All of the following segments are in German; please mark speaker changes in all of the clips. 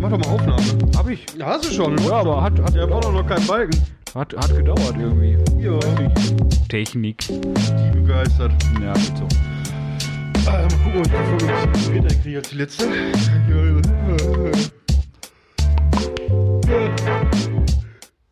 Speaker 1: Mach doch mal Aufnahme. Hab ich. Ja, hast du schon.
Speaker 2: Ja, aber hat, hat,
Speaker 1: Der braucht doch noch keinen Balken.
Speaker 2: hat, hat gedauert irgendwie.
Speaker 1: Ja,
Speaker 2: Technik.
Speaker 1: ich bin begeistert.
Speaker 2: Ja, gut so.
Speaker 1: Ah, mal gucken, ob ich davon ein bisschen Gerät kriege als die letzte.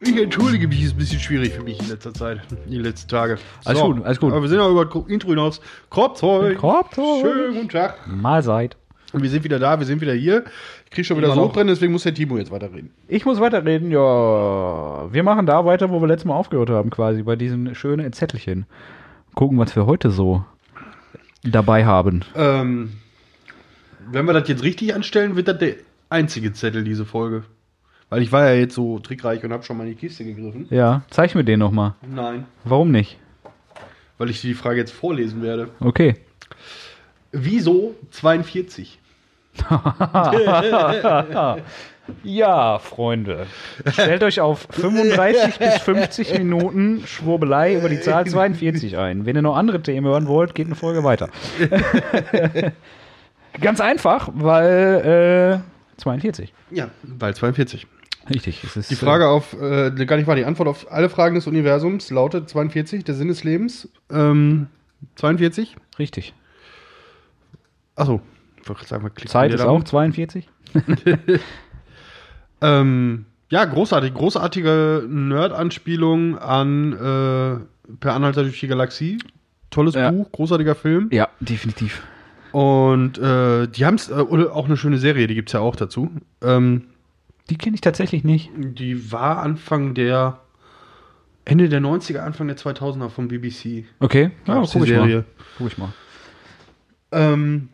Speaker 1: Ich entschuldige mich, ist ein bisschen schwierig für mich in letzter Zeit, die letzten Tage.
Speaker 2: Alles gut, alles gut.
Speaker 1: Aber wir sind auch über das Intro hinaus. Kropf heute.
Speaker 2: Kropf heute.
Speaker 1: Schönen guten Tag.
Speaker 2: Mahlzeit.
Speaker 1: Und wir sind wieder da, wir sind wieder hier. Ich kriege schon wieder
Speaker 2: Immer noch.
Speaker 1: Sodbrennen, deswegen muss der Timo jetzt weiterreden.
Speaker 2: Ich muss weiterreden, ja. Wir machen da weiter, wo wir letztes Mal aufgehört haben, quasi, bei diesen schönen Zettelchen. Gucken, was wir heute so dabei haben.
Speaker 1: Ähm, wenn wir das jetzt richtig anstellen, wird das der einzige Zettel, diese Folge. Weil ich war ja jetzt so trickreich und habe schon mal in die Kiste gegriffen.
Speaker 2: Ja, zeig mir den nochmal.
Speaker 1: Nein.
Speaker 2: Warum nicht?
Speaker 1: Weil ich die Frage jetzt vorlesen werde.
Speaker 2: Okay.
Speaker 1: Wieso 42?
Speaker 2: Ja, Freunde. Stellt euch auf 35 bis 50 Minuten Schwurbelei über die Zahl 42 ein. Wenn ihr noch andere Themen hören wollt, geht eine Folge weiter. Ganz einfach, weil äh, 42.
Speaker 1: Ja, weil 42.
Speaker 2: Richtig. Es ist,
Speaker 1: Die Frage auf, äh, gar nicht wahr, die Antwort auf alle Fragen des Universums lautet 42, der Sinn des Lebens. Ähm, 42?
Speaker 2: Äh, richtig.
Speaker 1: Achso. Ich wollte gerade sagen, wir klicken
Speaker 2: Zeit
Speaker 1: wieder
Speaker 2: ist
Speaker 1: da
Speaker 2: auch
Speaker 1: rum.
Speaker 2: 42.
Speaker 1: Ähm, ja, großartig. Großartige Nerd-Anspielung an äh, Per Anhalter durch die Galaxie. Tolles
Speaker 2: Ja.
Speaker 1: Buch, großartiger Film.
Speaker 2: Ja, definitiv.
Speaker 1: Und äh, die haben es, äh, oder auch eine schöne Serie, die gibt es ja auch dazu. Ähm,
Speaker 2: Die kenne ich tatsächlich nicht.
Speaker 1: die war Anfang der, Ende der 90er, Anfang der 2000er vom BBC.
Speaker 2: Okay, ja,
Speaker 1: Gab's die
Speaker 2: Ah, guck ich mal.
Speaker 1: Serie.
Speaker 2: Guck ich mal.
Speaker 1: Ähm,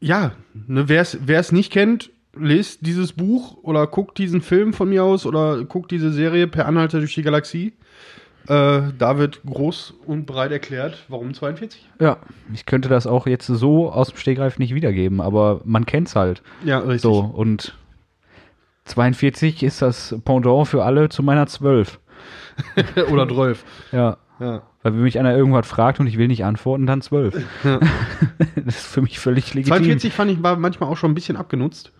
Speaker 1: ja, ne, wer es nicht kennt, lest dieses Buch oder guckt diesen Film von mir aus oder guckt diese Serie per Anhalter durch die Galaxie. Äh, da wird groß und breit erklärt, warum 42.
Speaker 2: Ja, ich könnte das auch jetzt so aus dem Stegreif nicht wiedergeben, aber man kennt's halt.
Speaker 1: Ja, richtig.
Speaker 2: So, und 42 ist das Pendant für alle zu meiner 12.
Speaker 1: oder 12.
Speaker 2: Ja.
Speaker 1: Ja.
Speaker 2: Weil wenn mich einer irgendwas fragt und ich will nicht antworten, dann 12. das ist für mich völlig legitim.
Speaker 1: 42 fand ich war manchmal auch schon ein bisschen abgenutzt.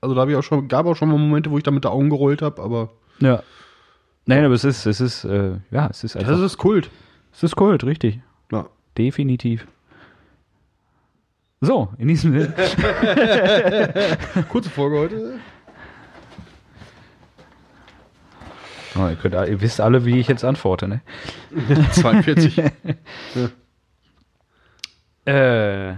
Speaker 1: Also da habe ich auch schon, gab auch schon mal Momente, wo ich da mit der Augen gerollt habe, aber
Speaker 2: Ja. Nein, aber es ist, es ist, äh, ja, es ist
Speaker 1: das
Speaker 2: einfach,
Speaker 1: ist Kult.
Speaker 2: es ist Kult, richtig.
Speaker 1: Ja.
Speaker 2: Definitiv. So, in diesem Sinne.
Speaker 1: Kurze Folge heute.
Speaker 2: Oh, ihr, könnt, ihr wisst alle, wie ich jetzt antworte, ne?
Speaker 1: 42.
Speaker 2: Äh,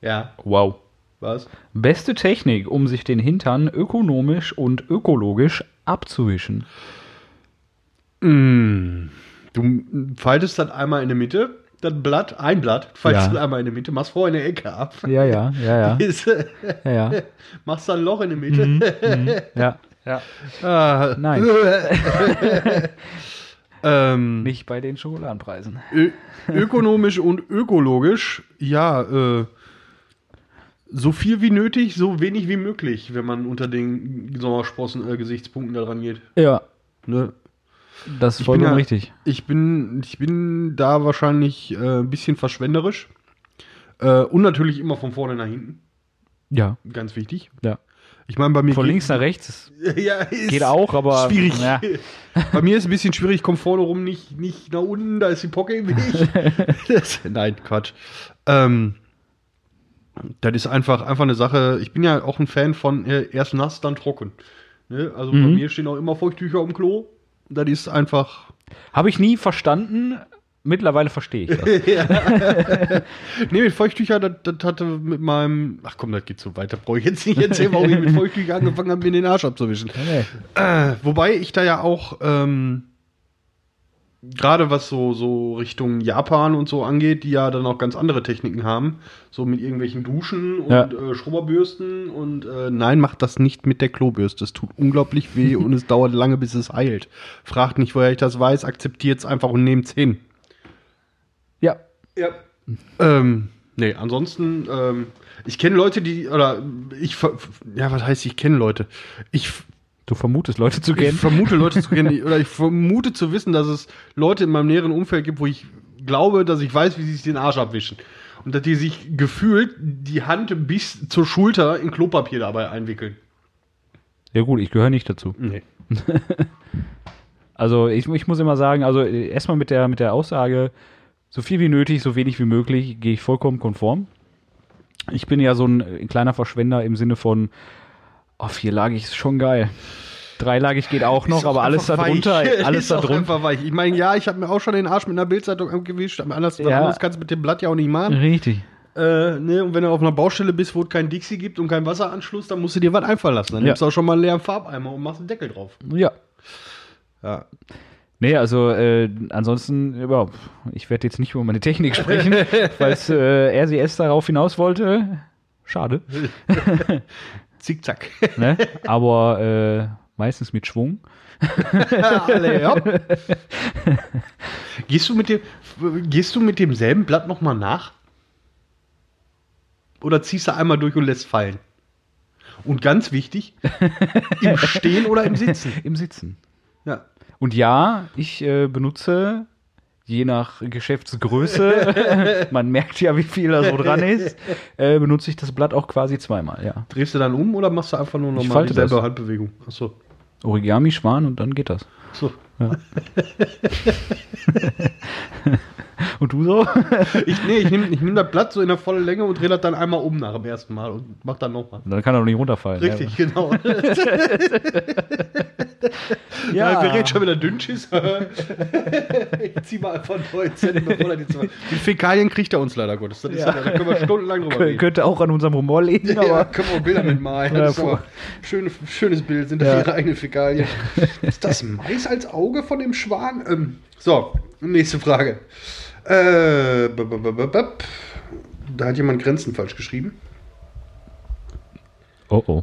Speaker 1: ja,
Speaker 2: wow.
Speaker 1: was?
Speaker 2: Beste Technik, um sich den Hintern ökonomisch und ökologisch abzuwischen.
Speaker 1: Du faltest das einmal in der Mitte, das Blatt, ein Blatt, faltest
Speaker 2: Ja.
Speaker 1: das einmal in der Mitte, machst vorher eine Ecke ab.
Speaker 2: Ja, ja, ja, ja.
Speaker 1: Ist, äh,
Speaker 2: Ja, ja.
Speaker 1: machst dann ein Loch in der Mitte.
Speaker 2: ja. ja.
Speaker 1: Mhm. Ah,
Speaker 2: Nein.
Speaker 1: ähm,
Speaker 2: Nicht bei den Schokoladenpreisen.
Speaker 1: Ö ökonomisch und ökologisch, ja, äh, so viel wie nötig, so wenig wie möglich, wenn man unter den Sommersprossen-Gesichtspunkten da dran geht.
Speaker 2: Ja,
Speaker 1: Ne?
Speaker 2: das ist
Speaker 1: bin
Speaker 2: vollkommen
Speaker 1: ja-
Speaker 2: richtig.
Speaker 1: Ich, bin, ich bin da wahrscheinlich äh, ein bisschen verschwenderisch. Äh, und natürlich immer von vorne nach hinten,
Speaker 2: Ja,
Speaker 1: ganz wichtig.
Speaker 2: ja.
Speaker 1: Ich meine, bei mir
Speaker 2: Von
Speaker 1: geht-
Speaker 2: links nach rechts ist,
Speaker 1: ja, ist
Speaker 2: geht auch, aber.
Speaker 1: schwierig.
Speaker 2: Ja,
Speaker 1: Bei mir ist ein bisschen schwierig, komm vorne rum, nicht, nicht nach unten, da ist die Pocke im Weg. das, nein, Quatsch. Ähm, das ist einfach, einfach eine Sache. Ich bin ja auch ein Fan von äh, erst nass, dann trocken. Ne? Also bei
Speaker 2: Mhm.
Speaker 1: mir stehen auch immer Feuchttücher um Klo. Das ist einfach.
Speaker 2: Habe ich nie verstanden. Mittlerweile verstehe ich das.
Speaker 1: Nee, mit Feuchttücher, das, das hatte mit meinem. Ach komm, das geht so weiter. Brauche ich jetzt nicht erzählen, warum ich mit Feuchttücher angefangen habe, mir den Arsch abzuwischen.
Speaker 2: Nee.
Speaker 1: Äh, wobei ich da ja auch ähm, gerade was so, so Richtung Japan und so angeht, die ja dann auch ganz andere Techniken haben. So mit irgendwelchen Duschen und
Speaker 2: Ja.
Speaker 1: äh, Schrubberbürsten und äh, nein, macht das nicht mit der Klobürste. Es tut unglaublich weh und es dauert lange, bis es heilt. Fragt nicht, woher ich das weiß, akzeptiert es einfach und nehmt es hin.
Speaker 2: Ja,
Speaker 1: Ja. Ähm, nee, ansonsten, ähm, ich kenne Leute, die, oder ich, ver- ja, was heißt, ich kenne Leute? Ich
Speaker 2: du vermutest Leute zu kennen.
Speaker 1: ich vermute Leute zu kennen, die- oder ich vermute zu wissen, dass es Leute in meinem näheren Umfeld gibt, wo ich glaube, dass ich weiß, wie sie sich den Arsch abwischen. und dass die sich gefühlt die Hand bis zur Schulter in Klopapier dabei einwickeln.
Speaker 2: Ja gut, ich gehöre nicht dazu.
Speaker 1: Nee.
Speaker 2: Also ich, ich muss immer sagen, also äh, erstmal mit der, mit der Aussage, so viel wie nötig, so wenig wie möglich, gehe ich vollkommen konform. Ich bin ja so ein äh, kleiner Verschwender im Sinne von, auf vier lag ich ist schon geil. Dreilagig geht auch noch,
Speaker 1: Ist auch
Speaker 2: aber alles
Speaker 1: einfach
Speaker 2: darunter,
Speaker 1: weich.
Speaker 2: alles
Speaker 1: Ist auch
Speaker 2: darunter.
Speaker 1: einfach weich. Ich meine, ja, ich habe mir auch schon den Arsch mit einer Bildzeitung abgewischt, aber anders,
Speaker 2: Ja.
Speaker 1: anders kannst du mit dem Blatt ja auch nicht machen.
Speaker 2: Richtig.
Speaker 1: Äh, ne, und wenn du auf einer Baustelle bist, wo es keinen Dixie gibt und keinen Wasseranschluss, dann musst du dir was einfallen lassen. Dann
Speaker 2: Ja.
Speaker 1: nimmst du auch schon mal einen leeren Farbeimer und machst einen Deckel drauf.
Speaker 2: Ja.
Speaker 1: Ja.
Speaker 2: Nee, also äh, ansonsten, ja, pf, ich werde jetzt nicht über meine Technik sprechen, falls äh, RCS darauf hinaus wollte. Schade.
Speaker 1: Zickzack.
Speaker 2: Ne? Aber äh, meistens mit Schwung.
Speaker 1: Alle, hopp. gehst, du mit dem, gehst du mit demselben Blatt nochmal nach? Oder ziehst du einmal durch und lässt fallen? Und ganz wichtig, im Stehen oder im Sitzen.
Speaker 2: Im Sitzen.
Speaker 1: Ja.
Speaker 2: Und ja, ich äh, benutze je nach Geschäftsgröße, man merkt ja, wie viel da so dran ist, äh, benutze ich das Blatt auch quasi zweimal, ja.
Speaker 1: Drehst du dann um oder machst du einfach nur
Speaker 2: Ich
Speaker 1: nochmal
Speaker 2: falte
Speaker 1: dieselbe
Speaker 2: das.
Speaker 1: Handbewegung? Achso.
Speaker 2: Origami, Schwan und dann geht das.
Speaker 1: Achso.
Speaker 2: Und du so?
Speaker 1: Ich, nee, ich nehme ich nehm das Blatt so in der vollen Länge und drehe das dann einmal um nach dem ersten Mal und mach dann nochmal.
Speaker 2: Dann kann er doch nicht runterfallen.
Speaker 1: Richtig, genau.
Speaker 2: Ja,
Speaker 1: wir reden schon wieder Dünnschiss. ich zieh mal einfach 19, bevor er die zwei. Die Fäkalien kriegt er uns leider Gottes. Das ist
Speaker 2: Ja.
Speaker 1: ja. da können wir stundenlang drüber
Speaker 2: Kö-
Speaker 1: reden.
Speaker 2: Könnte auch an unserem Humor liegen, aber
Speaker 1: ja, können wir auch Bilder mitmalen.
Speaker 2: Ja,
Speaker 1: Das ist
Speaker 2: vor-
Speaker 1: aber schöne, schönes Bild, sind
Speaker 2: Ja.
Speaker 1: das ihre eigenen Fäkalien. Ist das Mais als Auge von dem Schwan? Ähm, so, nächste Frage. Äh, b- b- b- b- b- da hat jemand Grenzen falsch geschrieben.
Speaker 2: Oh oh.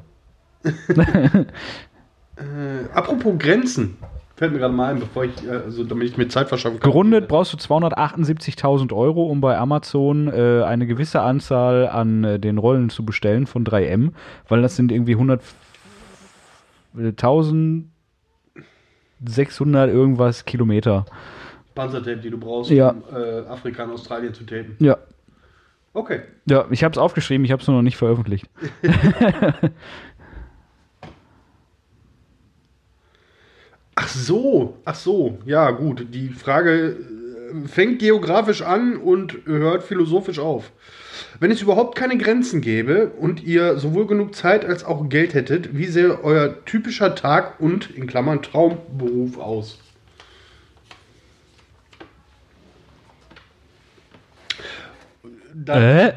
Speaker 1: Äh, apropos Grenzen, fällt mir gerade mal ein, bevor ich, äh, also damit ich mir Zeit verschaffen kann.
Speaker 2: Gerundet brauchst du 278.000 Euro, um bei Amazon äh, eine gewisse Anzahl an äh, den Rollen zu bestellen von 3M, weil das sind irgendwie 100 1600 irgendwas Kilometer.
Speaker 1: Panzertape, die du brauchst,
Speaker 2: Ja.
Speaker 1: um äh, Afrika und Australien zu tapen.
Speaker 2: Ja.
Speaker 1: Okay.
Speaker 2: Ja, ich habe es aufgeschrieben, ich habe es nur noch nicht veröffentlicht.
Speaker 1: Ach so, ach so, ja gut. Die Frage äh, fängt geografisch an und hört philosophisch auf. Wenn es überhaupt keine Grenzen gäbe und ihr sowohl genug Zeit als auch Geld hättet, wie sähe euer typischer Tag und in Klammern Traumberuf aus? Da,
Speaker 2: Äh?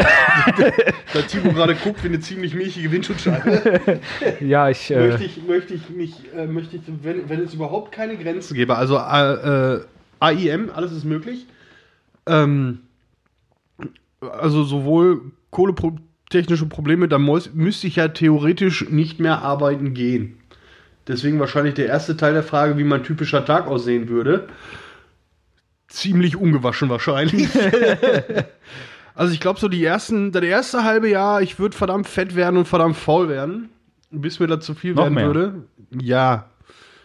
Speaker 1: da Timo gerade guckt wie eine ziemlich milchige Windschutzscheibe.
Speaker 2: Ja, ich.
Speaker 1: möchte
Speaker 2: Äh,
Speaker 1: ich, möchte ich mich, äh, möchte ich, wenn, wenn es überhaupt keine Grenzen gäbe, also äh, äh, AIM, alles ist möglich. Ähm, also sowohl kohletechnische Probleme, da muss, müsste ich ja theoretisch nicht mehr arbeiten gehen. Deswegen wahrscheinlich der erste Teil der Frage, wie mein typischer Tag aussehen würde. Ziemlich ungewaschen wahrscheinlich. also ich glaube so die ersten, das erste halbe Jahr, ich würde verdammt fett werden und verdammt faul werden, bis mir das zu viel
Speaker 2: Noch
Speaker 1: werden
Speaker 2: mehr.
Speaker 1: würde. Ja,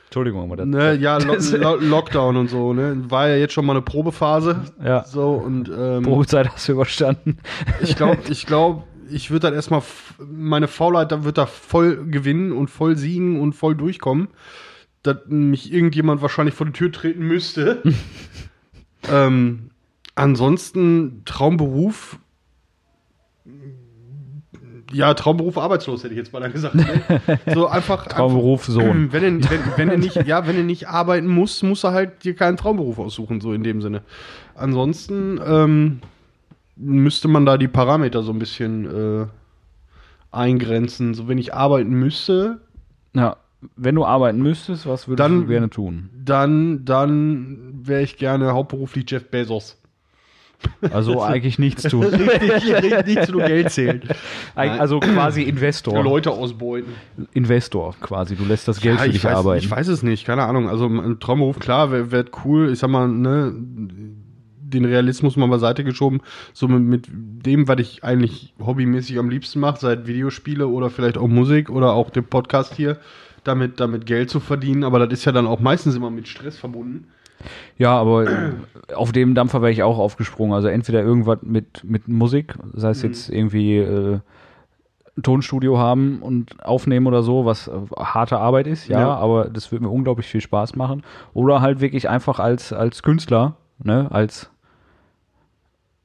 Speaker 2: Entschuldigung, aber das.
Speaker 1: Ne, ja, Lo
Speaker 2: Das-
Speaker 1: Lo Lockdown und so, ne? War ja jetzt schon mal eine Probephase.
Speaker 2: Ja.
Speaker 1: So, und ähm,
Speaker 2: Probezeit hast du überstanden.
Speaker 1: ich glaube, ich glaube, ich würde dann erstmal, f- meine Faulheit da wird da voll gewinnen und voll siegen und voll durchkommen. Dass mich irgendjemand wahrscheinlich vor die Tür treten müsste. ähm, ansonsten Traumberuf. Ja, Traumberuf arbeitslos, hätte ich jetzt mal gesagt. Ne? So einfach.
Speaker 2: Traumberuf Sohn.
Speaker 1: Wenn du, wenn, wenn du nicht, ja, wenn du nicht arbeiten musst, musst du halt dir keinen Traumberuf aussuchen, so in dem Sinne. Ansonsten ähm, müsste man da die Parameter so ein bisschen äh, eingrenzen. So wenn ich arbeiten müsste,
Speaker 2: Ja. Wenn du arbeiten müsstest, was würdest
Speaker 1: Dann-
Speaker 2: du gerne tun?
Speaker 1: dann, dann wäre ich gerne hauptberuflich Jeff Bezos.
Speaker 2: Also eigentlich nichts tun.
Speaker 1: Richtig, richtig, nur Geld zählt.
Speaker 2: Eig- Also quasi Investor.
Speaker 1: Leute ausbeuten.
Speaker 2: Investor quasi. Du lässt das Geld
Speaker 1: Ja,
Speaker 2: für
Speaker 1: ich
Speaker 2: dich
Speaker 1: weiß,
Speaker 2: arbeiten.
Speaker 1: Ich weiß es nicht, keine Ahnung. Also ein Traumberuf, klar, wäre wär cool. Ich sag mal, ne, den Realismus mal beiseite geschoben. So mit, mit dem, was ich eigentlich hobbymäßig am liebsten mache, seit Videospiele oder vielleicht auch Musik oder auch den Podcast hier, damit, damit Geld zu verdienen. Aber das ist ja dann auch meistens immer mit Stress verbunden.
Speaker 2: Ja, aber äh, auf dem Dampfer wäre ich auch aufgesprungen. Also entweder irgendwas mit, mit Musik, sei
Speaker 1: Mhm.
Speaker 2: es jetzt irgendwie äh, ein Tonstudio haben und aufnehmen oder so, was äh, harte Arbeit ist, ja,
Speaker 1: Ja.
Speaker 2: aber das würde mir unglaublich viel Spaß machen. Oder halt wirklich einfach als, als Künstler, ne, als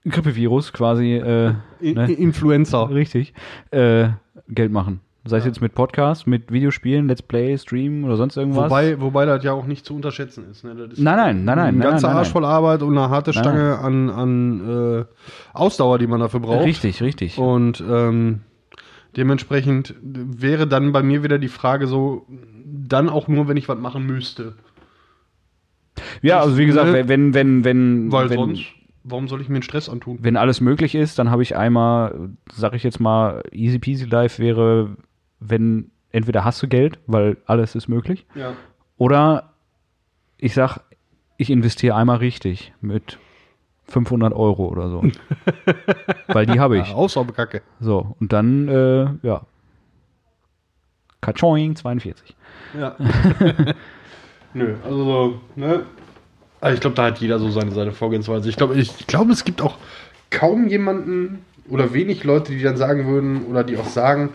Speaker 2: Grippevirus quasi, äh,
Speaker 1: I
Speaker 2: ne?
Speaker 1: Influencer.
Speaker 2: richtig, äh, Geld machen. Sei es jetzt mit Podcasts, mit Videospielen, Let's Play, Streamen oder sonst irgendwas.
Speaker 1: Wobei, wobei das ja auch nicht zu unterschätzen ist. Ne? Das ist
Speaker 2: Nein, nein, nein, nein,
Speaker 1: Ein
Speaker 2: nein,
Speaker 1: ganzer
Speaker 2: nein, nein.
Speaker 1: Arsch voll Arbeit und eine harte
Speaker 2: Nein.
Speaker 1: Stange an, an äh, Ausdauer, die man dafür braucht.
Speaker 2: Richtig, richtig.
Speaker 1: Und ähm, dementsprechend wäre dann bei mir wieder die Frage so, dann auch nur, wenn ich was machen müsste.
Speaker 2: Ja, also wie gesagt,
Speaker 1: Ne?
Speaker 2: wenn, wenn, wenn, wenn,
Speaker 1: Weil
Speaker 2: wenn,
Speaker 1: sonst, warum soll ich mir einen Stress antun?
Speaker 2: wenn alles möglich ist, dann habe ich einmal, sag ich jetzt mal, easy peasy life wäre, wenn entweder hast du Geld, weil alles ist möglich,
Speaker 1: Ja.
Speaker 2: oder ich sag, ich investiere einmal richtig mit 500 Euro oder so. weil die habe ich.
Speaker 1: Aussaubekacke.
Speaker 2: So, und dann, äh, ja. Kachoing 42.
Speaker 1: Ja. Nö, also so, ne? Aber ich glaube, da hat jeder so seine, seine Vorgehensweise. Ich glaube, ich glaube, es gibt auch kaum jemanden oder wenig Leute, die dann sagen würden oder die auch sagen,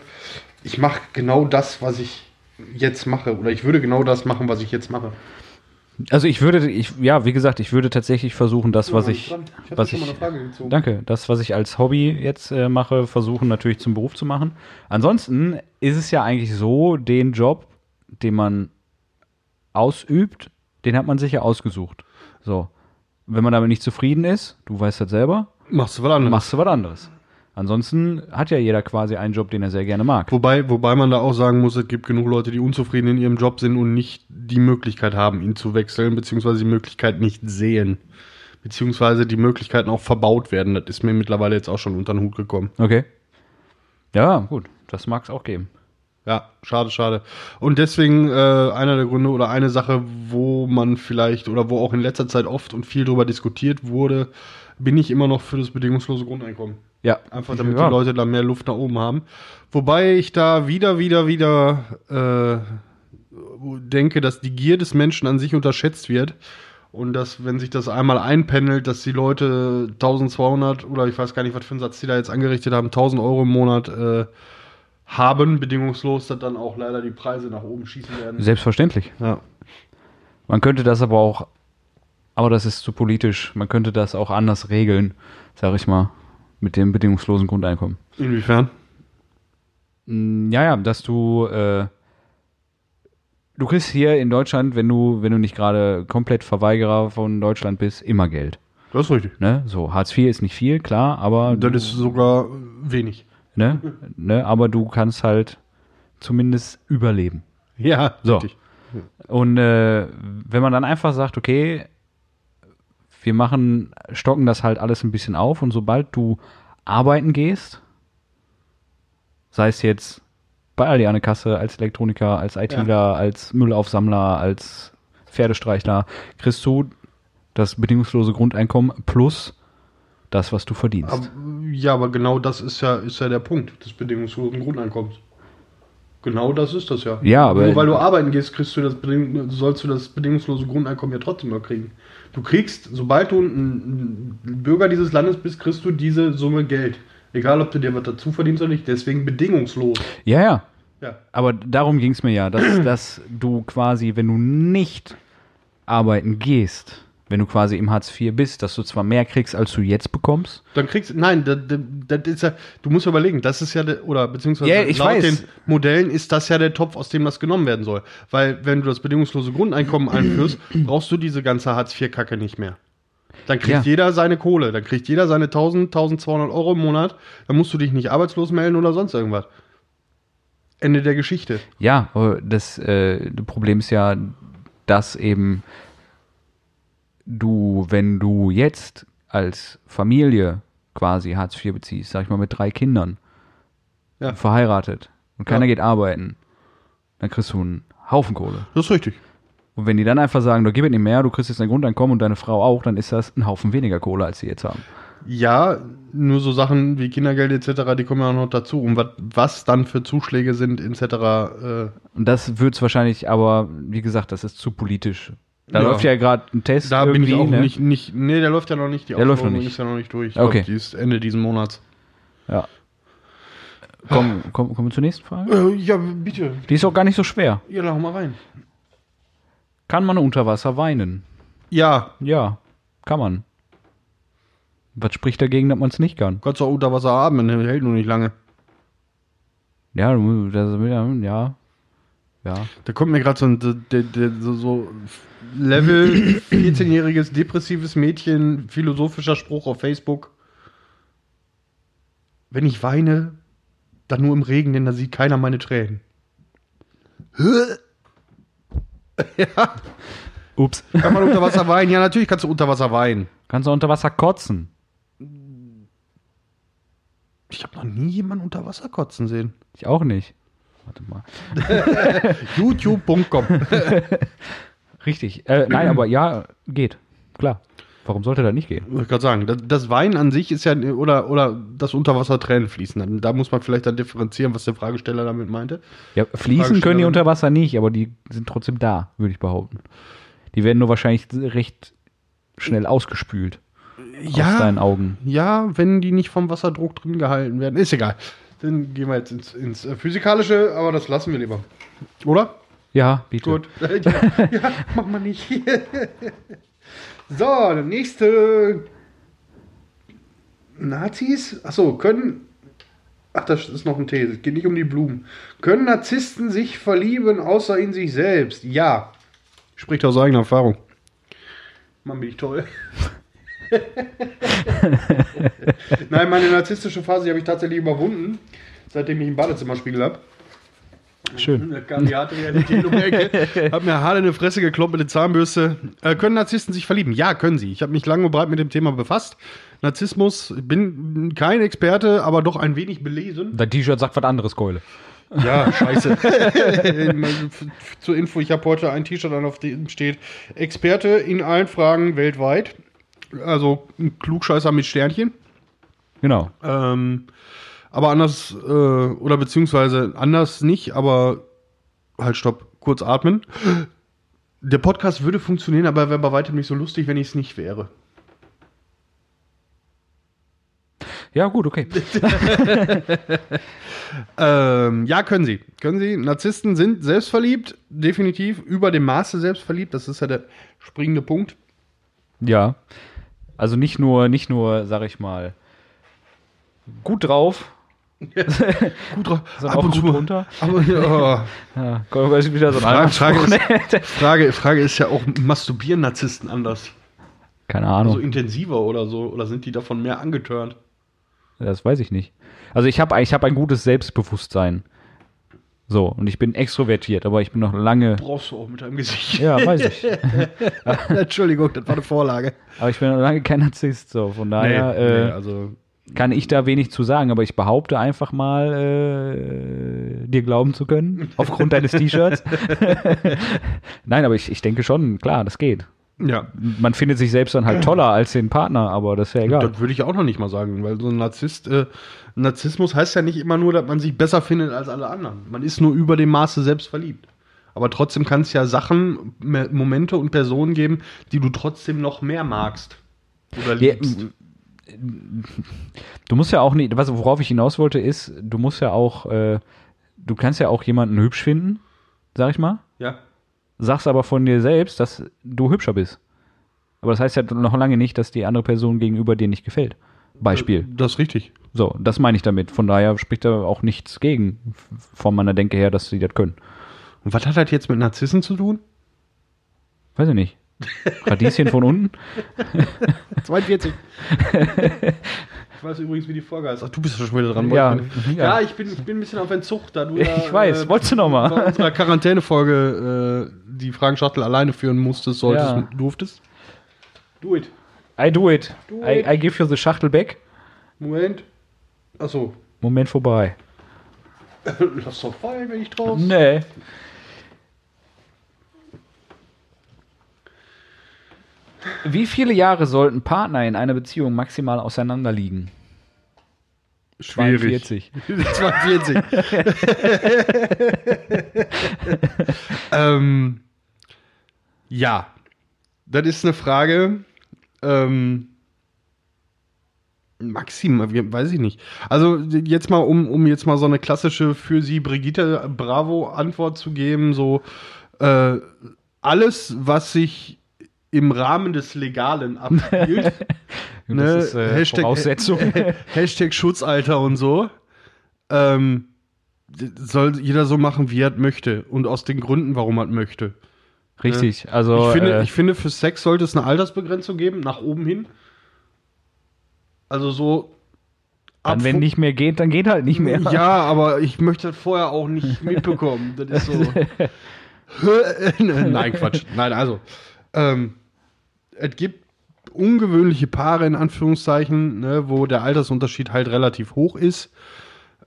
Speaker 1: ich mache genau das, was ich jetzt mache oder ich würde genau das machen, was ich jetzt mache.
Speaker 2: Also ich würde, ich, ja, wie gesagt, ich würde tatsächlich versuchen, das, was ich, was ich, Danke. Das, was ich als Hobby jetzt äh, mache, versuchen natürlich zum Beruf zu machen. Ansonsten ist es ja eigentlich so, den Job, den man ausübt, den hat man sich ja ausgesucht. So. Wenn man damit nicht zufrieden ist, du weißt das selber,
Speaker 1: Machst du was anderes.
Speaker 2: machst du was anderes. Ansonsten hat ja jeder quasi einen Job, den er sehr gerne mag.
Speaker 1: Wobei, wobei man da auch sagen muss, es gibt genug Leute, die unzufrieden in ihrem Job sind und nicht die Möglichkeit haben, ihn zu wechseln, beziehungsweise die Möglichkeit nicht sehen. Beziehungsweise die Möglichkeiten auch verbaut werden. Das ist mir mittlerweile jetzt auch schon unter den Hut gekommen.
Speaker 2: Okay. Ja, gut. Das mag es auch geben.
Speaker 1: Ja, schade, schade. Und deswegen äh, einer der Gründe oder eine Sache, wo man vielleicht oder wo auch in letzter Zeit oft und viel darüber diskutiert wurde, bin ich immer noch für das bedingungslose Grundeinkommen.
Speaker 2: Ja.
Speaker 1: Einfach damit
Speaker 2: ja.
Speaker 1: die Leute da mehr Luft nach oben haben. Wobei ich da wieder, wieder, wieder äh, denke, dass die Gier des Menschen an sich unterschätzt wird. Und dass, wenn sich das einmal einpendelt, dass die Leute 1200 oder ich weiß gar nicht, was für einen Satz die da jetzt angerichtet haben, 1000 Euro im Monat äh, haben, bedingungslos, dass dann auch leider die Preise nach oben schießen werden.
Speaker 2: Selbstverständlich.
Speaker 1: Ja.
Speaker 2: Man könnte das aber auch, aber das ist zu politisch. Man könnte das auch anders regeln, sage ich mal, mit dem bedingungslosen Grundeinkommen.
Speaker 1: Inwiefern?
Speaker 2: Mm, Ja, ja, dass du, äh, du kriegst hier in Deutschland, wenn du, wenn du nicht gerade komplett Verweigerer von Deutschland bist, immer Geld.
Speaker 1: Das ist richtig.
Speaker 2: Ne? So, Hartz IV ist nicht viel, klar, aber,
Speaker 1: Das ist sogar wenig.
Speaker 2: ne? Ne? aber du kannst halt zumindest überleben.
Speaker 1: Ja,
Speaker 2: So.
Speaker 1: richtig.
Speaker 2: Und äh, wenn man dann einfach sagt, okay, wir machen, stocken das halt alles ein bisschen auf und sobald du arbeiten gehst, sei es jetzt bei Aldi an der Kasse, als Elektroniker, als ITler, als Müllaufsammler, als Pferdestreichler, kriegst du das bedingungslose Grundeinkommen plus das, was du verdienst.
Speaker 1: Ab- ja, aber genau das ist ja, ist ja der Punkt des bedingungslosen Grundeinkommens. Genau das ist das ja.
Speaker 2: Ja, aber-
Speaker 1: Nur weil du arbeiten gehst, kriegst du das beding- sollst du das bedingungslose Grundeinkommen ja trotzdem noch kriegen. Du kriegst, sobald du ein, ein Bürger dieses Landes bist, kriegst du diese Summe Geld. Egal, ob du dir was dazu verdienst oder nicht, deswegen bedingungslos.
Speaker 2: ja, ja.
Speaker 1: Ja.
Speaker 2: Aber darum ging es mir ja, dass, dass du quasi, wenn du nicht arbeiten gehst, wenn du quasi im Hartz IV bist, dass du zwar mehr kriegst, als du jetzt bekommst.
Speaker 1: Dann kriegst nein, das, das ist ja, du musst überlegen, das ist ja, der- oder beziehungsweise
Speaker 2: Ja, ich
Speaker 1: laut
Speaker 2: weiß.
Speaker 1: den Modellen ist das ja der Topf, aus dem das genommen werden soll. Weil, wenn du das bedingungslose Grundeinkommen einführst, brauchst du diese ganze Hartz-IV-Kacke nicht mehr. Dann kriegt
Speaker 2: Ja.
Speaker 1: jeder seine Kohle, dann kriegt jeder seine 1000, 1200 Euro im Monat, dann musst du dich nicht arbeitslos melden oder sonst irgendwas. Ende der Geschichte.
Speaker 2: Ja, aber das äh, das Problem ist ja, dass eben du, wenn du jetzt als Familie quasi Hartz IV beziehst, sag ich mal mit drei Kindern,
Speaker 1: Ja.
Speaker 2: verheiratet und keiner
Speaker 1: Ja.
Speaker 2: geht arbeiten, dann kriegst du einen Haufen Kohle.
Speaker 1: Das ist richtig.
Speaker 2: Und wenn die dann einfach sagen, da gib es nicht mehr, du kriegst jetzt ein Grundeinkommen und deine Frau auch, dann ist das ein Haufen weniger Kohle, als sie jetzt haben.
Speaker 1: Ja, nur so Sachen wie Kindergeld etc., die kommen ja noch dazu. Und wat, was dann für Zuschläge sind etc., äh,
Speaker 2: Und das wird's wahrscheinlich, aber wie gesagt, das ist zu politisch. Da
Speaker 1: Ja.
Speaker 2: läuft ja gerade ein Test.
Speaker 1: Da bin ich
Speaker 2: irgendwie,
Speaker 1: auch
Speaker 2: ne?
Speaker 1: nicht, nicht. Nee, der läuft ja noch nicht. Die
Speaker 2: Der läuft noch
Speaker 1: Ausschreibung
Speaker 2: nicht.
Speaker 1: ist ja noch nicht durch. Ich
Speaker 2: Okay.
Speaker 1: die ist Ende diesen Monats.
Speaker 2: Ja. Komm, komm, kommen wir zur nächsten Frage.
Speaker 1: Äh, ja, bitte.
Speaker 2: Die ist auch gar nicht so schwer.
Speaker 1: Ja, lach mal rein.
Speaker 2: Kann man unter Wasser weinen?
Speaker 1: Ja,
Speaker 2: Ja, kann man. Was spricht dagegen, dass man es nicht kann?
Speaker 1: kannst du auch unter Wasser atmen, der hält nur nicht lange.
Speaker 2: Ja, du- das, ja, ja. Ja.
Speaker 1: Da kommt mir gerade so ein der, der, so, so Level 14-jähriges depressives Mädchen, philosophischer Spruch auf Facebook. Wenn ich weine, dann nur im Regen, denn da sieht keiner meine Tränen.
Speaker 2: Ups.
Speaker 1: Kann man unter Wasser weinen? Ja, natürlich kannst du unter Wasser weinen.
Speaker 2: Kannst du unter Wasser kotzen?
Speaker 1: Ich habe noch nie jemanden unter Wasser kotzen sehen.
Speaker 2: Ich auch nicht. Warte mal.
Speaker 1: YouTube.com.
Speaker 2: Richtig. Äh, nein, aber ja, geht. Klar. Warum sollte das nicht gehen?
Speaker 1: Wollte ich gerade sagen, das, das Weinen an sich ist ja, oder, oder das Unterwasser Tränen fließen. Da muss man vielleicht dann differenzieren, was der Fragesteller damit meinte.
Speaker 2: Ja, fließen
Speaker 1: Fragestellerin.
Speaker 2: können die unter Wasser nicht, aber die sind trotzdem da, würde ich behaupten. Die werden nur wahrscheinlich recht schnell ausgespült aus deinen Augen.
Speaker 1: ja, wenn die nicht vom Wasserdruck drin gehalten werden. Ist egal. Dann gehen wir jetzt ins, ins äh, Physikalische, aber das lassen wir lieber. Oder?
Speaker 2: Ja, bitte.
Speaker 1: Gut. ja, ja, mach mal nicht. so, nächste. Nazis? Achso, können. Ach, das ist noch ein These. Es geht nicht um die Blumen. Können Narzissten sich verlieben, außer in sich selbst? Ja. Spricht aus eigener Erfahrung. Mann, bin ich toll. Nein, meine narzisstische Phase die habe ich tatsächlich überwunden, seitdem ich einen Badezimmerspiegel habe.
Speaker 2: Schön.
Speaker 1: Da kam die harte Realität um die Ecke. Hab mir hart in die Fresse gekloppt mit der Zahnbürste. Äh, können Narzissten sich verlieben? Ja, können sie. Ich habe mich lang und breit mit dem Thema befasst. Narzissmus, bin kein Experte, aber doch ein wenig belesen.
Speaker 2: Dein T-Shirt sagt was anderes, Keule.
Speaker 1: Ja, scheiße. Zur Info, ich habe heute ein T-Shirt an, auf dem steht Experte in allen Fragen weltweit. Also ein Klugscheißer mit Sternchen.
Speaker 2: Genau.
Speaker 1: Ähm, aber anders, äh, oder beziehungsweise anders nicht, aber halt stopp, kurz atmen. Der Podcast würde funktionieren, aber wäre bei weitem nicht so lustig, wenn ich es nicht wäre.
Speaker 2: Ja, gut, okay.
Speaker 1: Ähm, ja, können sie. Können sie. Narzissten sind selbstverliebt, definitiv über dem Maße selbstverliebt. Das ist ja der springende Punkt.
Speaker 2: Ja. Also nicht nur, nicht nur, sag ich mal, gut drauf.
Speaker 1: Gut, ab
Speaker 2: Sondern auch gut
Speaker 1: mal-
Speaker 2: runter.
Speaker 1: Aber, ja,
Speaker 2: Ja, Keule ist wieder so ein
Speaker 1: Frage,
Speaker 2: Anspruch,
Speaker 1: Frage,
Speaker 2: ne?
Speaker 1: ist, Frage, Frage ist ja auch, masturbieren Narzissten anders?
Speaker 2: Keine
Speaker 1: Also
Speaker 2: Ahnung.
Speaker 1: intensiver oder so? Oder sind die davon mehr angetörnt?
Speaker 2: Das weiß ich nicht. Also ich habe ich hab ein gutes Selbstbewusstsein. So, und ich bin extrovertiert, aber ich bin noch lange.
Speaker 1: Brauchst du auch mit deinem Gesicht.
Speaker 2: Ja, weiß ich.
Speaker 1: Entschuldigung, das war eine Vorlage.
Speaker 2: Aber ich bin noch lange kein Narzisst, so. Von daher äh,
Speaker 1: also.
Speaker 2: kann ich da wenig zu sagen, aber ich behaupte einfach mal, äh, dir glauben zu können, aufgrund deines T-Shirts. Nein, aber ich, ich denke schon, klar, das geht.
Speaker 1: Ja,
Speaker 2: Man findet sich selbst dann halt toller als den Partner, aber das ist ja egal.
Speaker 1: das würde ich auch noch nicht mal sagen, weil so ein Narzisst, äh, Narzissmus heißt ja nicht immer nur, dass man sich besser findet als alle anderen. Man ist nur über dem Maße selbst verliebt. Aber trotzdem kann es ja Sachen, Me- Momente und Personen geben, die du trotzdem noch mehr magst. Oder
Speaker 2: Ja,
Speaker 1: liebst.
Speaker 2: Du musst ja auch nicht, was, worauf ich hinaus wollte, ist, du musst ja auch, äh, du kannst ja auch jemanden hübsch finden, sag ich mal,
Speaker 1: Ja.
Speaker 2: sagst aber von dir selbst, dass du hübscher bist. Aber das heißt ja noch lange nicht, dass die andere Person gegenüber dir nicht gefällt. Beispiel.
Speaker 1: Das ist richtig.
Speaker 2: So, das meine ich damit. Von daher spricht da auch nichts gegen, f- von meiner Denke her, dass sie das können.
Speaker 1: Und was hat das jetzt mit Narzissen zu tun?
Speaker 2: Weiß ich nicht. Radieschen von unten?
Speaker 1: 42. ich weiß übrigens, wie die Folge heißt. Ach, du bist ja schon wieder dran.
Speaker 2: Ja,
Speaker 1: Wolfgang. ja.
Speaker 2: ja.
Speaker 1: ich, bin, ich bin ein bisschen auf Entzug, da du ja,
Speaker 2: Ich weiß,
Speaker 1: äh,
Speaker 2: wolltest du
Speaker 1: bei
Speaker 2: nochmal?
Speaker 1: unserer Quarantänefolge äh, die Fragenschachtel alleine führen musstest, solltest,
Speaker 2: Ja.
Speaker 1: durftest. Do it.
Speaker 2: I do it.
Speaker 1: Do
Speaker 2: I,
Speaker 1: it.
Speaker 2: I give you the Schachtel back.
Speaker 1: Moment. Achso.
Speaker 2: Moment vorbei.
Speaker 1: Lass doch fallen, wenn ich drauf.
Speaker 2: Nee. Wie viele Jahre sollten Partner in einer Beziehung maximal auseinanderliegen? 42.
Speaker 1: 42. ähm, ja. Das ist eine Frage. Ähm, Maxim, wie- weiß ich nicht. Also jetzt mal, um, um jetzt mal so eine klassische für sie Brigitte Bravo Antwort zu geben, so äh, alles, was sich im Rahmen des Legalen abspielt, Ne,
Speaker 2: Das ist äh,
Speaker 1: Hashtag-
Speaker 2: Voraussetzung.
Speaker 1: Hashtag Schutzalter und so, ähm, d- soll jeder so machen, wie er es möchte und aus den Gründen, warum er es möchte.
Speaker 2: Richtig, also
Speaker 1: Ich finde,
Speaker 2: äh,
Speaker 1: ich finde, für Sex sollte es eine Altersbegrenzung geben, nach oben hin. Also so. ab
Speaker 2: dann, wenn
Speaker 1: fu-
Speaker 2: nicht mehr geht, dann geht halt nicht mehr.
Speaker 1: Ja, aber ich möchte das vorher auch nicht mitbekommen. Das ist so. Nein, Quatsch. Nein, also. Ähm, es gibt ungewöhnliche Paare, in Anführungszeichen, ne, wo der Altersunterschied halt relativ hoch ist.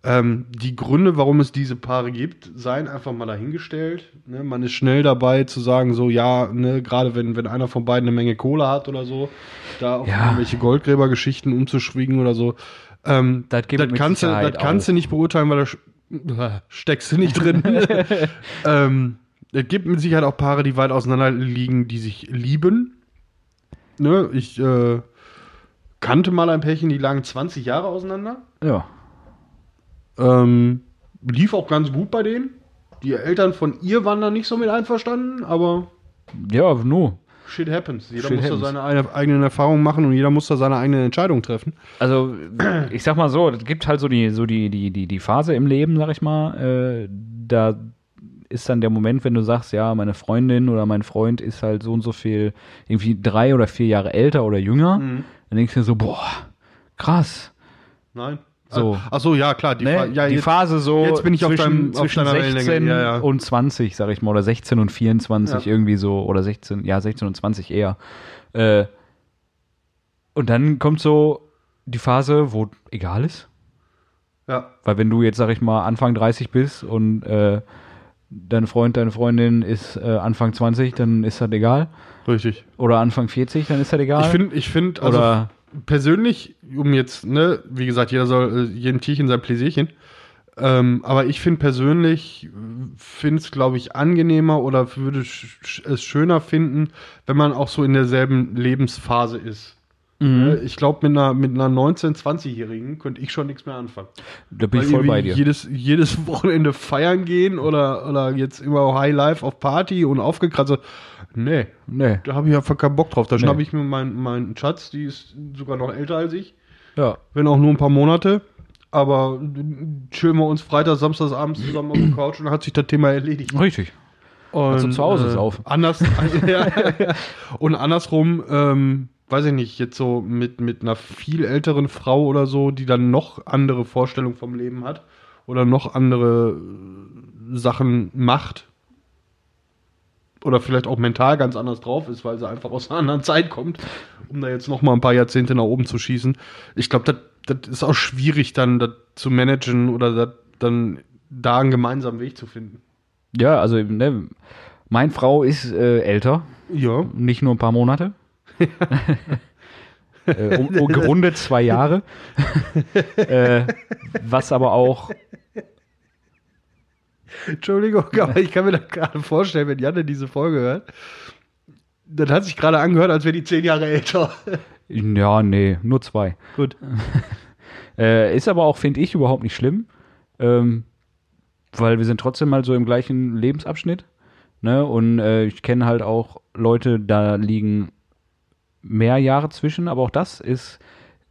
Speaker 1: Ähm, die Gründe, warum es diese Paare gibt, seien einfach mal dahingestellt. Ne, man ist schnell dabei zu sagen, so ja, ne, gerade wenn, wenn einer von beiden eine Menge Kohle hat oder so, da auf
Speaker 2: Ja.
Speaker 1: irgendwelche Goldgräbergeschichten umzuschwingen oder so. Ähm,
Speaker 2: Das gibt
Speaker 1: das
Speaker 2: mit
Speaker 1: kannst, du,
Speaker 2: Sicherheit
Speaker 1: das kannst du nicht beurteilen, weil da sch- steckst du nicht drin. ähm, es gibt mit Sicherheit auch Paare, die weit auseinander liegen, die sich lieben. Ne? Ich äh, kannte mal ein Pärchen, die lagen 20 Jahre auseinander.
Speaker 2: Ja.
Speaker 1: Ähm, lief auch ganz gut bei denen. Die Eltern von ihr waren da nicht so mit einverstanden, aber
Speaker 2: ja, nur.
Speaker 1: shit happens. Jeder
Speaker 2: Shit
Speaker 1: muss
Speaker 2: happens.
Speaker 1: da seine eine- eigenen Erfahrungen machen und jeder muss da seine eigenen Entscheidungen treffen.
Speaker 2: Also, ich sag mal so, es gibt halt so die, so die, die, die, die Phase im Leben, sag ich mal, äh, da ist dann der Moment, wenn du sagst, ja, meine Freundin oder mein Freund ist halt so und so viel, irgendwie drei oder vier Jahre älter oder jünger,
Speaker 1: Mhm.
Speaker 2: dann denkst du dir so, boah, krass.
Speaker 1: Nein.
Speaker 2: So.
Speaker 1: Ach so, ja, klar. Die,
Speaker 2: ne?
Speaker 1: Fa- ja,
Speaker 2: die
Speaker 1: jetzt-
Speaker 2: Phase so
Speaker 1: jetzt bin ich auf
Speaker 2: zwischen,
Speaker 1: deinem- auf
Speaker 2: zwischen
Speaker 1: deiner
Speaker 2: 16
Speaker 1: Wellenlänge, ja, ja.
Speaker 2: und 20, sag ich mal, oder 16 und 24
Speaker 1: Ja.
Speaker 2: irgendwie so, oder 16, ja, 16 und 20 eher. Äh, und dann kommt so die Phase, wo egal ist.
Speaker 1: ja.
Speaker 2: Weil wenn du jetzt, sag ich mal, Anfang 30 bist und äh, dein Freund, deine Freundin ist äh, Anfang 20, dann ist das egal.
Speaker 1: Richtig.
Speaker 2: Oder Anfang 40, dann ist das egal.
Speaker 1: Ich finde, ich find, also
Speaker 2: Oder-
Speaker 1: persönlich, um jetzt, ne, wie gesagt, jeder soll, äh, jedem Tierchen sein Pläsierchen. Ähm, aber ich finde persönlich, finde es, glaube ich, angenehmer oder würde sch sch- es schöner finden, wenn man auch so in derselben Lebensphase ist.
Speaker 2: Mhm.
Speaker 1: Ne, Ich glaube, mit einer, mit einer 19-, 20-Jährigen könnte ich schon nichts mehr anfangen.
Speaker 2: da bin ich
Speaker 1: Weil
Speaker 2: voll bei
Speaker 1: irgendwie
Speaker 2: dir.
Speaker 1: Jedes, jedes Wochenende feiern gehen oder, oder jetzt immer High Life auf Party und aufgekratzt. Nee,
Speaker 2: Nee,
Speaker 1: da habe ich einfach keinen Bock drauf. Da
Speaker 2: Nee.
Speaker 1: schnappe ich mir meinen meinen Schatz, die ist sogar noch älter als ich,
Speaker 2: ja.
Speaker 1: wenn auch nur ein paar Monate. Aber äh, chillen wir uns Freitag, Samstags abends zusammen auf der Couch und dann hat sich das Thema erledigt.
Speaker 2: Richtig.
Speaker 1: Und, äh,
Speaker 2: du Also zu Hause saufen.
Speaker 1: Anders, also, ja, und andersrum, ähm, weiß ich nicht, jetzt so mit, mit einer viel älteren Frau oder so, die dann noch andere Vorstellungen vom Leben hat oder noch andere äh, Sachen macht oder vielleicht auch mental ganz anders drauf ist, weil sie einfach aus einer anderen Zeit kommt, um da jetzt noch mal ein paar Jahrzehnte nach oben zu schießen. Ich glaube, das das ist auch schwierig dann das zu managen oder das dann da einen gemeinsamen Weg zu finden.
Speaker 2: Ja, also ne, meine Frau ist äh, älter,
Speaker 1: Ja.
Speaker 2: nicht nur ein paar Monate. äh, um, um, gerundet zwei Jahre. äh, was aber auch,
Speaker 1: Entschuldigung, aber ich kann mir das gerade vorstellen, wenn Janne diese Folge hört. Das hat sich gerade angehört, als wäre die zehn Jahre älter.
Speaker 2: ja, nee, nur zwei.
Speaker 1: Gut.
Speaker 2: Äh, ist aber auch, finde ich, überhaupt nicht schlimm, ähm, weil wir sind trotzdem mal so im gleichen Lebensabschnitt. Ne? Und äh, ich kenne halt auch Leute, da liegen mehr Jahre zwischen, aber auch das ist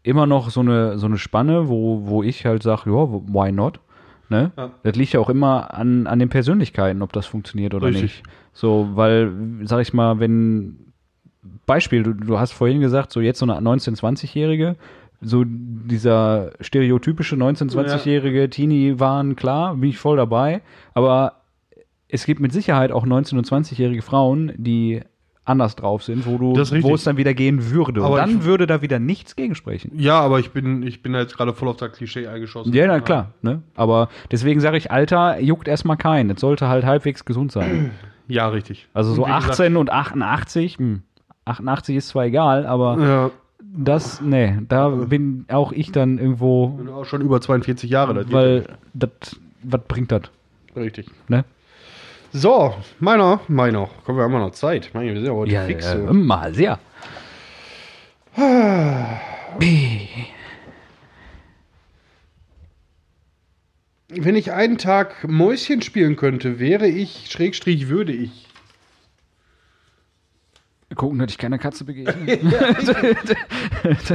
Speaker 2: immer noch so eine, so eine Spanne, wo, wo ich halt sage, ja, why not? Ne?
Speaker 1: Ja.
Speaker 2: Das liegt ja auch immer an, an den Persönlichkeiten, ob das funktioniert oder
Speaker 1: Richtig.
Speaker 2: nicht. So, weil, sag ich mal, wenn Beispiel, du, du hast vorhin gesagt, so jetzt so eine 19-, 20-Jährige, so dieser stereotypische 19-, 20-Jährige Teenie-Wahn, klar, bin ich voll dabei, aber es gibt mit Sicherheit auch 19- und 20-jährige Frauen, die anders drauf sind, wo du,
Speaker 1: Das ist richtig.
Speaker 2: wo es dann wieder gehen würde.
Speaker 1: Aber
Speaker 2: und dann
Speaker 1: ich-
Speaker 2: würde da wieder nichts gegen sprechen.
Speaker 1: Ja, aber ich bin, ich bin da jetzt gerade voll auf das Klischee eingeschossen.
Speaker 2: Ja, na klar, ne? Aber deswegen sage ich, Alter juckt erstmal keinen. Es sollte halt halbwegs gesund sein.
Speaker 1: Ja, richtig.
Speaker 2: Also so
Speaker 1: Und wie gesagt-
Speaker 2: 18 und 88, hm, 88 ist zwar egal, aber
Speaker 1: Ja,
Speaker 2: Das, nee, da bin auch ich dann irgendwo,
Speaker 1: bin auch schon über 42 Jahre. das geht
Speaker 2: weil das, was bringt das,
Speaker 1: ja. richtig.
Speaker 2: ne?
Speaker 1: So, meiner, meiner. Kommen wir haben wir noch Zeit. Meine, wir sind ja heute
Speaker 2: Ja,
Speaker 1: fix.
Speaker 2: äh,
Speaker 1: so.
Speaker 2: mal sehr.
Speaker 1: Wenn ich einen Tag Mäuschen spielen könnte, wäre ich, Schrägstrich, würde ich.
Speaker 2: Gucken, dass ich keiner Katze begegne.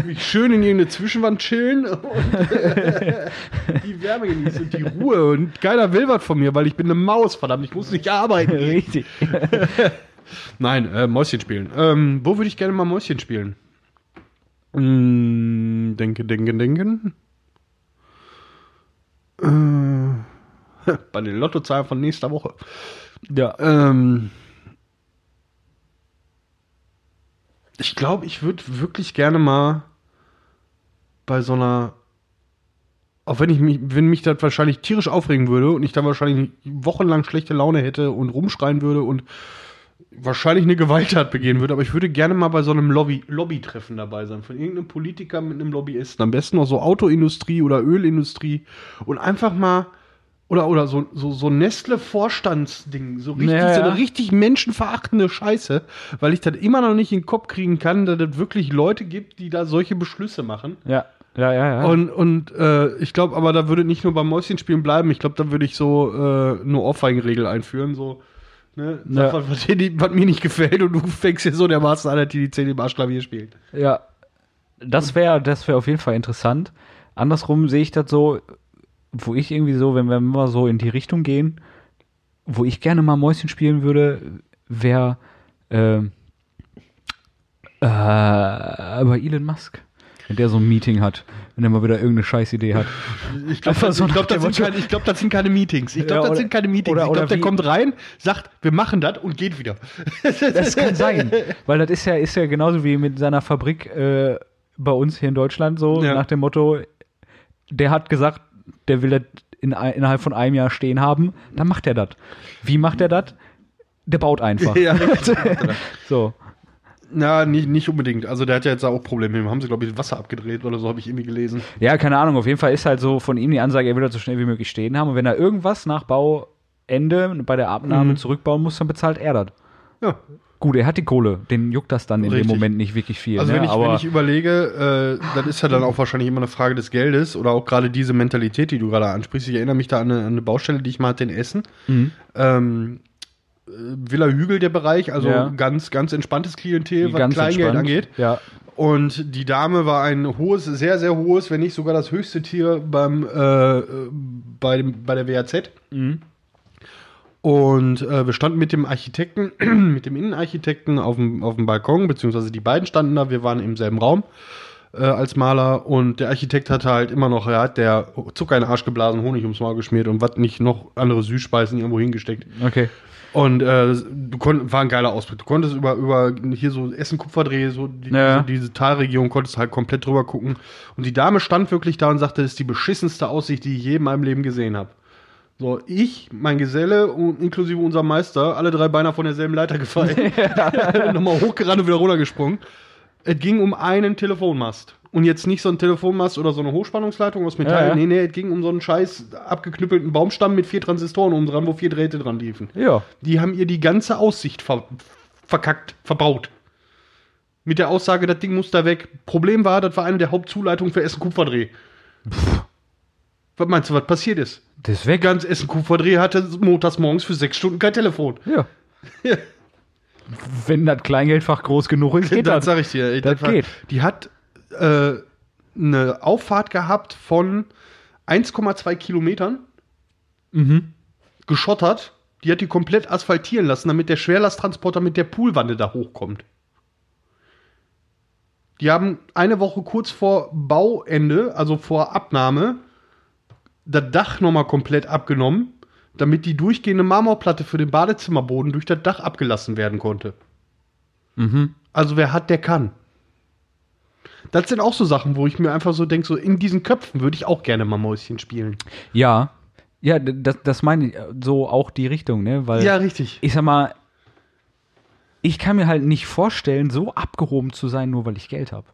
Speaker 1: Mich schön in irgendeine Zwischenwand chillen und die Wärme genießen und die Ruhe. Und keiner will was von mir, weil ich bin eine Maus, verdammt, ich muss nicht arbeiten. gehen.
Speaker 2: Richtig.
Speaker 1: Nein, äh, Mäuschen spielen. Ähm, wo würde ich gerne mal Mäuschen spielen? Mm, denken, denken, denken. Äh, bei den Lottozahlen von nächster Woche.
Speaker 2: Ja.
Speaker 1: Ähm, ich glaube, ich würde wirklich gerne mal bei so einer. Auch wenn ich mich, wenn mich das wahrscheinlich tierisch aufregen würde und ich dann wahrscheinlich wochenlang schlechte Laune hätte und rumschreien würde und wahrscheinlich eine Gewalttat begehen würde, aber ich würde gerne mal bei so einem Lobby, Lobbytreffen dabei sein, von irgendeinem Politiker mit einem Lobbyisten, am besten noch so Autoindustrie oder Ölindustrie und einfach mal oder oder so so so Nestle Vorstandsding, so richtig
Speaker 2: Ja,
Speaker 1: so
Speaker 2: ja.
Speaker 1: eine richtig menschenverachtende Scheiße, weil ich das immer noch nicht in den Kopf kriegen kann, dass es wirklich Leute gibt, die da solche Beschlüsse machen.
Speaker 2: Ja, ja, ja. ja.
Speaker 1: Und, und äh, ich glaube, aber da würde nicht nur beim Mäuschenspielen bleiben. Ich glaube, da würde ich so äh, eine Ohrfeigenregel einführen. So, ne? Sag
Speaker 2: Ja.
Speaker 1: was, was, dir nicht- was mir nicht gefällt und du fängst hier so dermaßen an, dass die die 10 im Arschklavier spielt.
Speaker 2: Ja, das wäre das wär auf jeden Fall interessant. Andersrum sehe ich das so, wo ich irgendwie so, wenn wir mal so in die Richtung gehen, wo ich gerne mal Mäuschen spielen würde, wäre äh, äh, bei äh, Elon Musk. Wenn der so ein Meeting hat, wenn er mal wieder irgendeine Scheißidee hat.
Speaker 1: Ich glaube,
Speaker 2: Einfach
Speaker 1: das,
Speaker 2: so
Speaker 1: ich glaub,
Speaker 2: nach
Speaker 1: das,
Speaker 2: dem
Speaker 1: sind keine- ich glaub, das sind keine Meetings. Ich
Speaker 2: Ja,
Speaker 1: glaube, das
Speaker 2: oder-
Speaker 1: sind keine Meetings.
Speaker 2: oder-
Speaker 1: ich glaube,
Speaker 2: oder
Speaker 1: der
Speaker 2: wie-
Speaker 1: kommt rein, sagt, wir machen das und geht wieder.
Speaker 2: Das kann sein, weil das ist ja, ist ja genauso wie mit seiner Fabrik äh, bei uns hier in Deutschland so,
Speaker 1: Ja.
Speaker 2: nach dem Motto, der hat gesagt, der will das in, ein- innerhalb von einem Jahr stehen haben, dann macht er das. Wie macht er das? Der baut einfach.
Speaker 1: Ja.
Speaker 2: So.
Speaker 1: Na, nicht, nicht unbedingt. Also der hat ja jetzt auch Probleme. Dem Haben sie, glaube ich, Wasser abgedreht oder so, habe ich irgendwie gelesen.
Speaker 2: Ja, keine Ahnung, auf jeden Fall ist halt so von ihm die Ansage, er will das so schnell wie möglich stehen haben und wenn er irgendwas nach Bauende bei der
Speaker 1: Mhm.
Speaker 2: Abnahme zurückbauen muss, dann bezahlt er das.
Speaker 1: Ja,
Speaker 2: Gut, er hat die Kohle, den juckt das dann in
Speaker 1: Richtig.
Speaker 2: dem Moment nicht wirklich viel.
Speaker 1: Also
Speaker 2: ne?
Speaker 1: wenn, ich,
Speaker 2: Aber
Speaker 1: wenn ich überlege, äh, dann ist ja dann auch wahrscheinlich immer eine Frage des Geldes oder auch gerade diese Mentalität, die du gerade ansprichst. Ich erinnere mich da an eine, an eine Baustelle, die ich mal hatte in Essen.
Speaker 2: Mhm.
Speaker 1: Ähm, äh, Villa Hügel der Bereich, also
Speaker 2: Ja.
Speaker 1: ganz ganz entspanntes Klientel, was
Speaker 2: ganz
Speaker 1: Kleingeld
Speaker 2: entspannt,
Speaker 1: angeht.
Speaker 2: Ja,
Speaker 1: Und die Dame war ein hohes, sehr sehr hohes, wenn nicht sogar das höchste Tier beim äh, äh, bei dem bei der WAZ. Und äh, wir standen mit dem Architekten, mit dem Innenarchitekten auf dem, auf dem Balkon, beziehungsweise die beiden standen da, wir waren im selben Raum äh, als Maler und der Architekt hatte halt immer noch, er hat der Zucker in den Arsch geblasen, Honig ums Maul geschmiert und was nicht noch andere Süßspeisen irgendwo hingesteckt.
Speaker 2: okay.
Speaker 1: Und äh, du konnt, war ein geiler Ausblick. Du konntest über, über hier so Essen-Kupferdreh, so die,
Speaker 2: Ja.
Speaker 1: diese, diese Talregion, konntest halt komplett drüber gucken. Und die Dame stand wirklich da und sagte, das ist die beschissenste Aussicht, die ich je in meinem Leben gesehen habe. So, ich, mein Geselle und inklusive unser Meister, alle drei beinahe von derselben Leiter gefallen. Nochmal hochgerannt und wieder runtergesprungen. Es ging um einen Telefonmast. Und jetzt nicht so ein Telefonmast oder so eine Hochspannungsleitung aus Metall.
Speaker 2: Ja, ja.
Speaker 1: Nee, nee, es ging um so einen scheiß abgeknüppelten Baumstamm mit vier Transistoren oben dran, wo vier Drähte dran liefen.
Speaker 2: Ja.
Speaker 1: Die haben ihr die ganze Aussicht ver verkackt, verbaut. Mit der Aussage, das Ding muss da weg. Problem war, das war eine der Hauptzuleitungen für Essen-Kupferdreh. Was meinst du, was passiert ist?
Speaker 2: Das ist weg.
Speaker 1: Ganz Essen-Kupferdreh hatte montags morgens für sechs Stunden kein Telefon.
Speaker 2: Ja. Wenn das Kleingeldfach groß genug ist, geht
Speaker 1: das
Speaker 2: das.
Speaker 1: sag ich dir. ey,
Speaker 2: Das
Speaker 1: war-
Speaker 2: geht.
Speaker 1: Die hat äh, eine Auffahrt gehabt von 1,2 Kilometern.
Speaker 2: Mhm.
Speaker 1: Geschottert. Die hat die komplett asphaltieren lassen, damit der Schwerlasttransporter mit der Poolwanne da hochkommt. Die haben eine Woche kurz vor Bauende, also vor Abnahme, das Dach nochmal komplett abgenommen, damit die durchgehende Marmorplatte für den Badezimmerboden durch das Dach abgelassen werden konnte.
Speaker 2: Mhm.
Speaker 1: Also wer hat, der kann. Das sind auch so Sachen, wo ich mir einfach so denke, so in diesen Köpfen würde ich auch gerne mal Mäuschen spielen.
Speaker 2: Ja. Ja, d- das, das meine ich äh, so auch die Richtung, ne? Weil
Speaker 1: richtig.
Speaker 2: ich sag mal, ich kann mir halt nicht vorstellen, so abgehoben zu sein, nur weil ich Geld habe.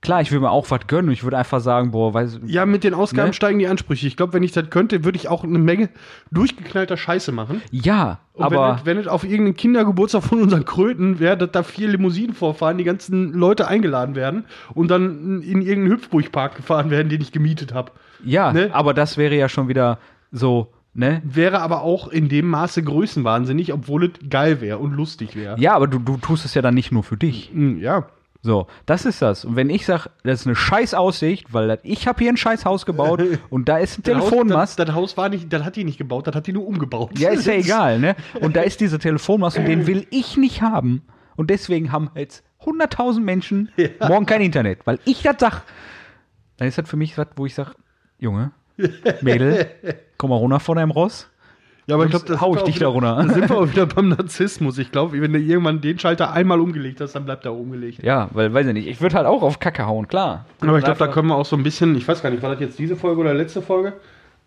Speaker 2: Klar, ich will mir auch was gönnen. Ich würde einfach sagen, boah, weiß
Speaker 1: Ja, mit den Ausgaben
Speaker 2: Ne?
Speaker 1: steigen die Ansprüche. Ich glaube, wenn ich das könnte, würde ich auch eine Menge durchgeknallter Scheiße machen.
Speaker 2: ja,
Speaker 1: Und wenn,
Speaker 2: aber
Speaker 1: das- wenn es auf irgendeinen Kindergeburtstag von unseren Kröten wäre, dass da vier Limousinen vorfahren, die ganzen Leute eingeladen werden und dann in irgendeinen Hüpfburgpark gefahren werden, den ich gemietet habe.
Speaker 2: ja,
Speaker 1: ne?
Speaker 2: aber das wäre ja schon wieder so, ne?
Speaker 1: Wäre aber auch in dem Maße größenwahnsinnig, obwohl es geil wäre und lustig wäre.
Speaker 2: Ja, aber du, du tust es ja dann nicht nur für dich.
Speaker 1: Mm, ja.
Speaker 2: So, das ist das. Und wenn ich sage, das ist eine scheiß Aussicht, weil das- ich habe hier ein scheiß Haus gebaut und da ist ein Telefonmast.
Speaker 1: Das, das Haus war nicht, das hat die nicht gebaut, das hat die nur umgebaut.
Speaker 2: Ja, ist ja egal, ne? Und da ist dieser Telefonmast und den will ich nicht haben. Und deswegen haben jetzt 100.000 Menschen morgen kein Internet, weil ich das sag. Dann ist das für mich was, wo ich sag, Junge, Mädel, komm mal runter von deinem Ross.
Speaker 1: Ja, aber ich glaube,
Speaker 2: Hau ich dich da runter.
Speaker 1: Da sind wir auch wieder beim Narzissmus. Ich glaube, wenn du irgendwann den Schalter einmal umgelegt hast, dann bleibt er umgelegt.
Speaker 2: Ja, weil, weiß ich nicht, ich würde halt auch auf Kacke hauen, klar.
Speaker 1: Aber ich glaube, da
Speaker 2: Einfach-
Speaker 1: können wir auch so ein bisschen, ich weiß gar nicht, war das jetzt diese Folge oder letzte Folge,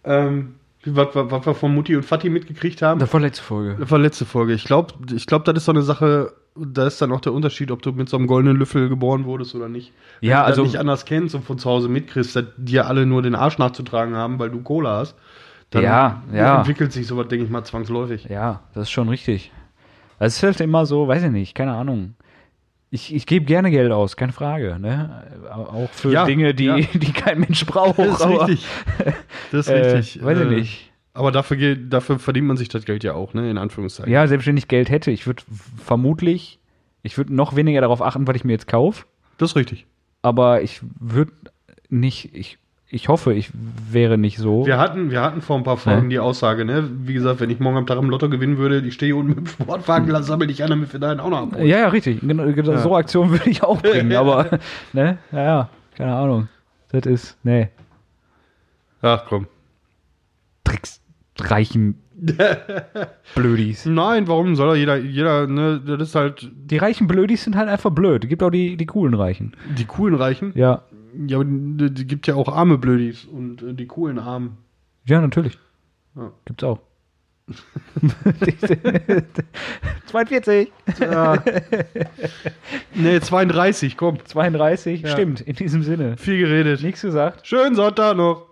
Speaker 1: ähm, was, was, was wir von Mutti und Fatti mitgekriegt haben?
Speaker 2: Das war letzte Folge.
Speaker 1: Das war letzte Folge. Ich glaube, ich glaub, das ist so eine Sache, da ist dann auch der Unterschied, ob du mit so einem goldenen Löffel geboren wurdest oder nicht. Wenn
Speaker 2: Ja,
Speaker 1: du
Speaker 2: also-
Speaker 1: das nicht anders kennst und von zu Hause mitkriegst, dass dir alle nur den Arsch nachzutragen haben, weil du Cola hast, dann
Speaker 2: Ja, ja.
Speaker 1: entwickelt sich sowas, denke ich mal, zwangsläufig.
Speaker 2: Ja, das ist schon richtig. Das ist halt immer so, weiß ich nicht, keine Ahnung. Ich, ich gebe gerne Geld aus, keine Frage. Ne? Auch für
Speaker 1: Ja,
Speaker 2: Dinge, die,
Speaker 1: ja.
Speaker 2: die kein Mensch braucht.
Speaker 1: Das ist
Speaker 2: Oh, aber-
Speaker 1: richtig. Das ist
Speaker 2: Äh,
Speaker 1: richtig.
Speaker 2: weiß ich
Speaker 1: Äh,
Speaker 2: nicht.
Speaker 1: Aber dafür, geht, dafür verdient man sich das Geld ja auch, ne? In Anführungszeichen.
Speaker 2: Ja, selbst wenn ich Geld hätte, ich würde vermutlich, ich würde noch weniger darauf achten, was ich mir jetzt kaufe.
Speaker 1: Das ist richtig.
Speaker 2: Aber ich würde nicht, ich, ich hoffe, ich wäre nicht so.
Speaker 1: Wir hatten, wir hatten vor ein paar Folgen die Aussage, ne? Wie gesagt, wenn ich morgen am Tag im Lotto gewinnen würde, ich stehe hier unten mit dem Sportwagen, dann sammel dich einer mit für deinen auch noch ab.
Speaker 2: Ja, ja, richtig. Genau, genau, So Aktionen würde ich auch bringen, aber, ne? Ja, ja, keine Ahnung. Das ist, ne,
Speaker 1: Ach komm.
Speaker 2: Tricks, reichen Blödis.
Speaker 1: Nein, warum soll er jeder, jeder, ne? Das ist halt
Speaker 2: Die reichen Blödis sind halt einfach blöd. Gibt auch die, die coolen Reichen.
Speaker 1: die coolen Reichen.
Speaker 2: Ja.
Speaker 1: Ja, aber die, die gibt ja auch arme Blödis und äh, die coolen Armen.
Speaker 2: Ja, natürlich.
Speaker 1: Ja.
Speaker 2: Gibt's auch. 42.
Speaker 1: Ja. nee, 32, komm.
Speaker 2: 32.
Speaker 1: Ja.
Speaker 2: Stimmt, in diesem Sinne.
Speaker 1: Viel geredet.
Speaker 2: Nichts gesagt.
Speaker 1: Schönen Sonntag noch.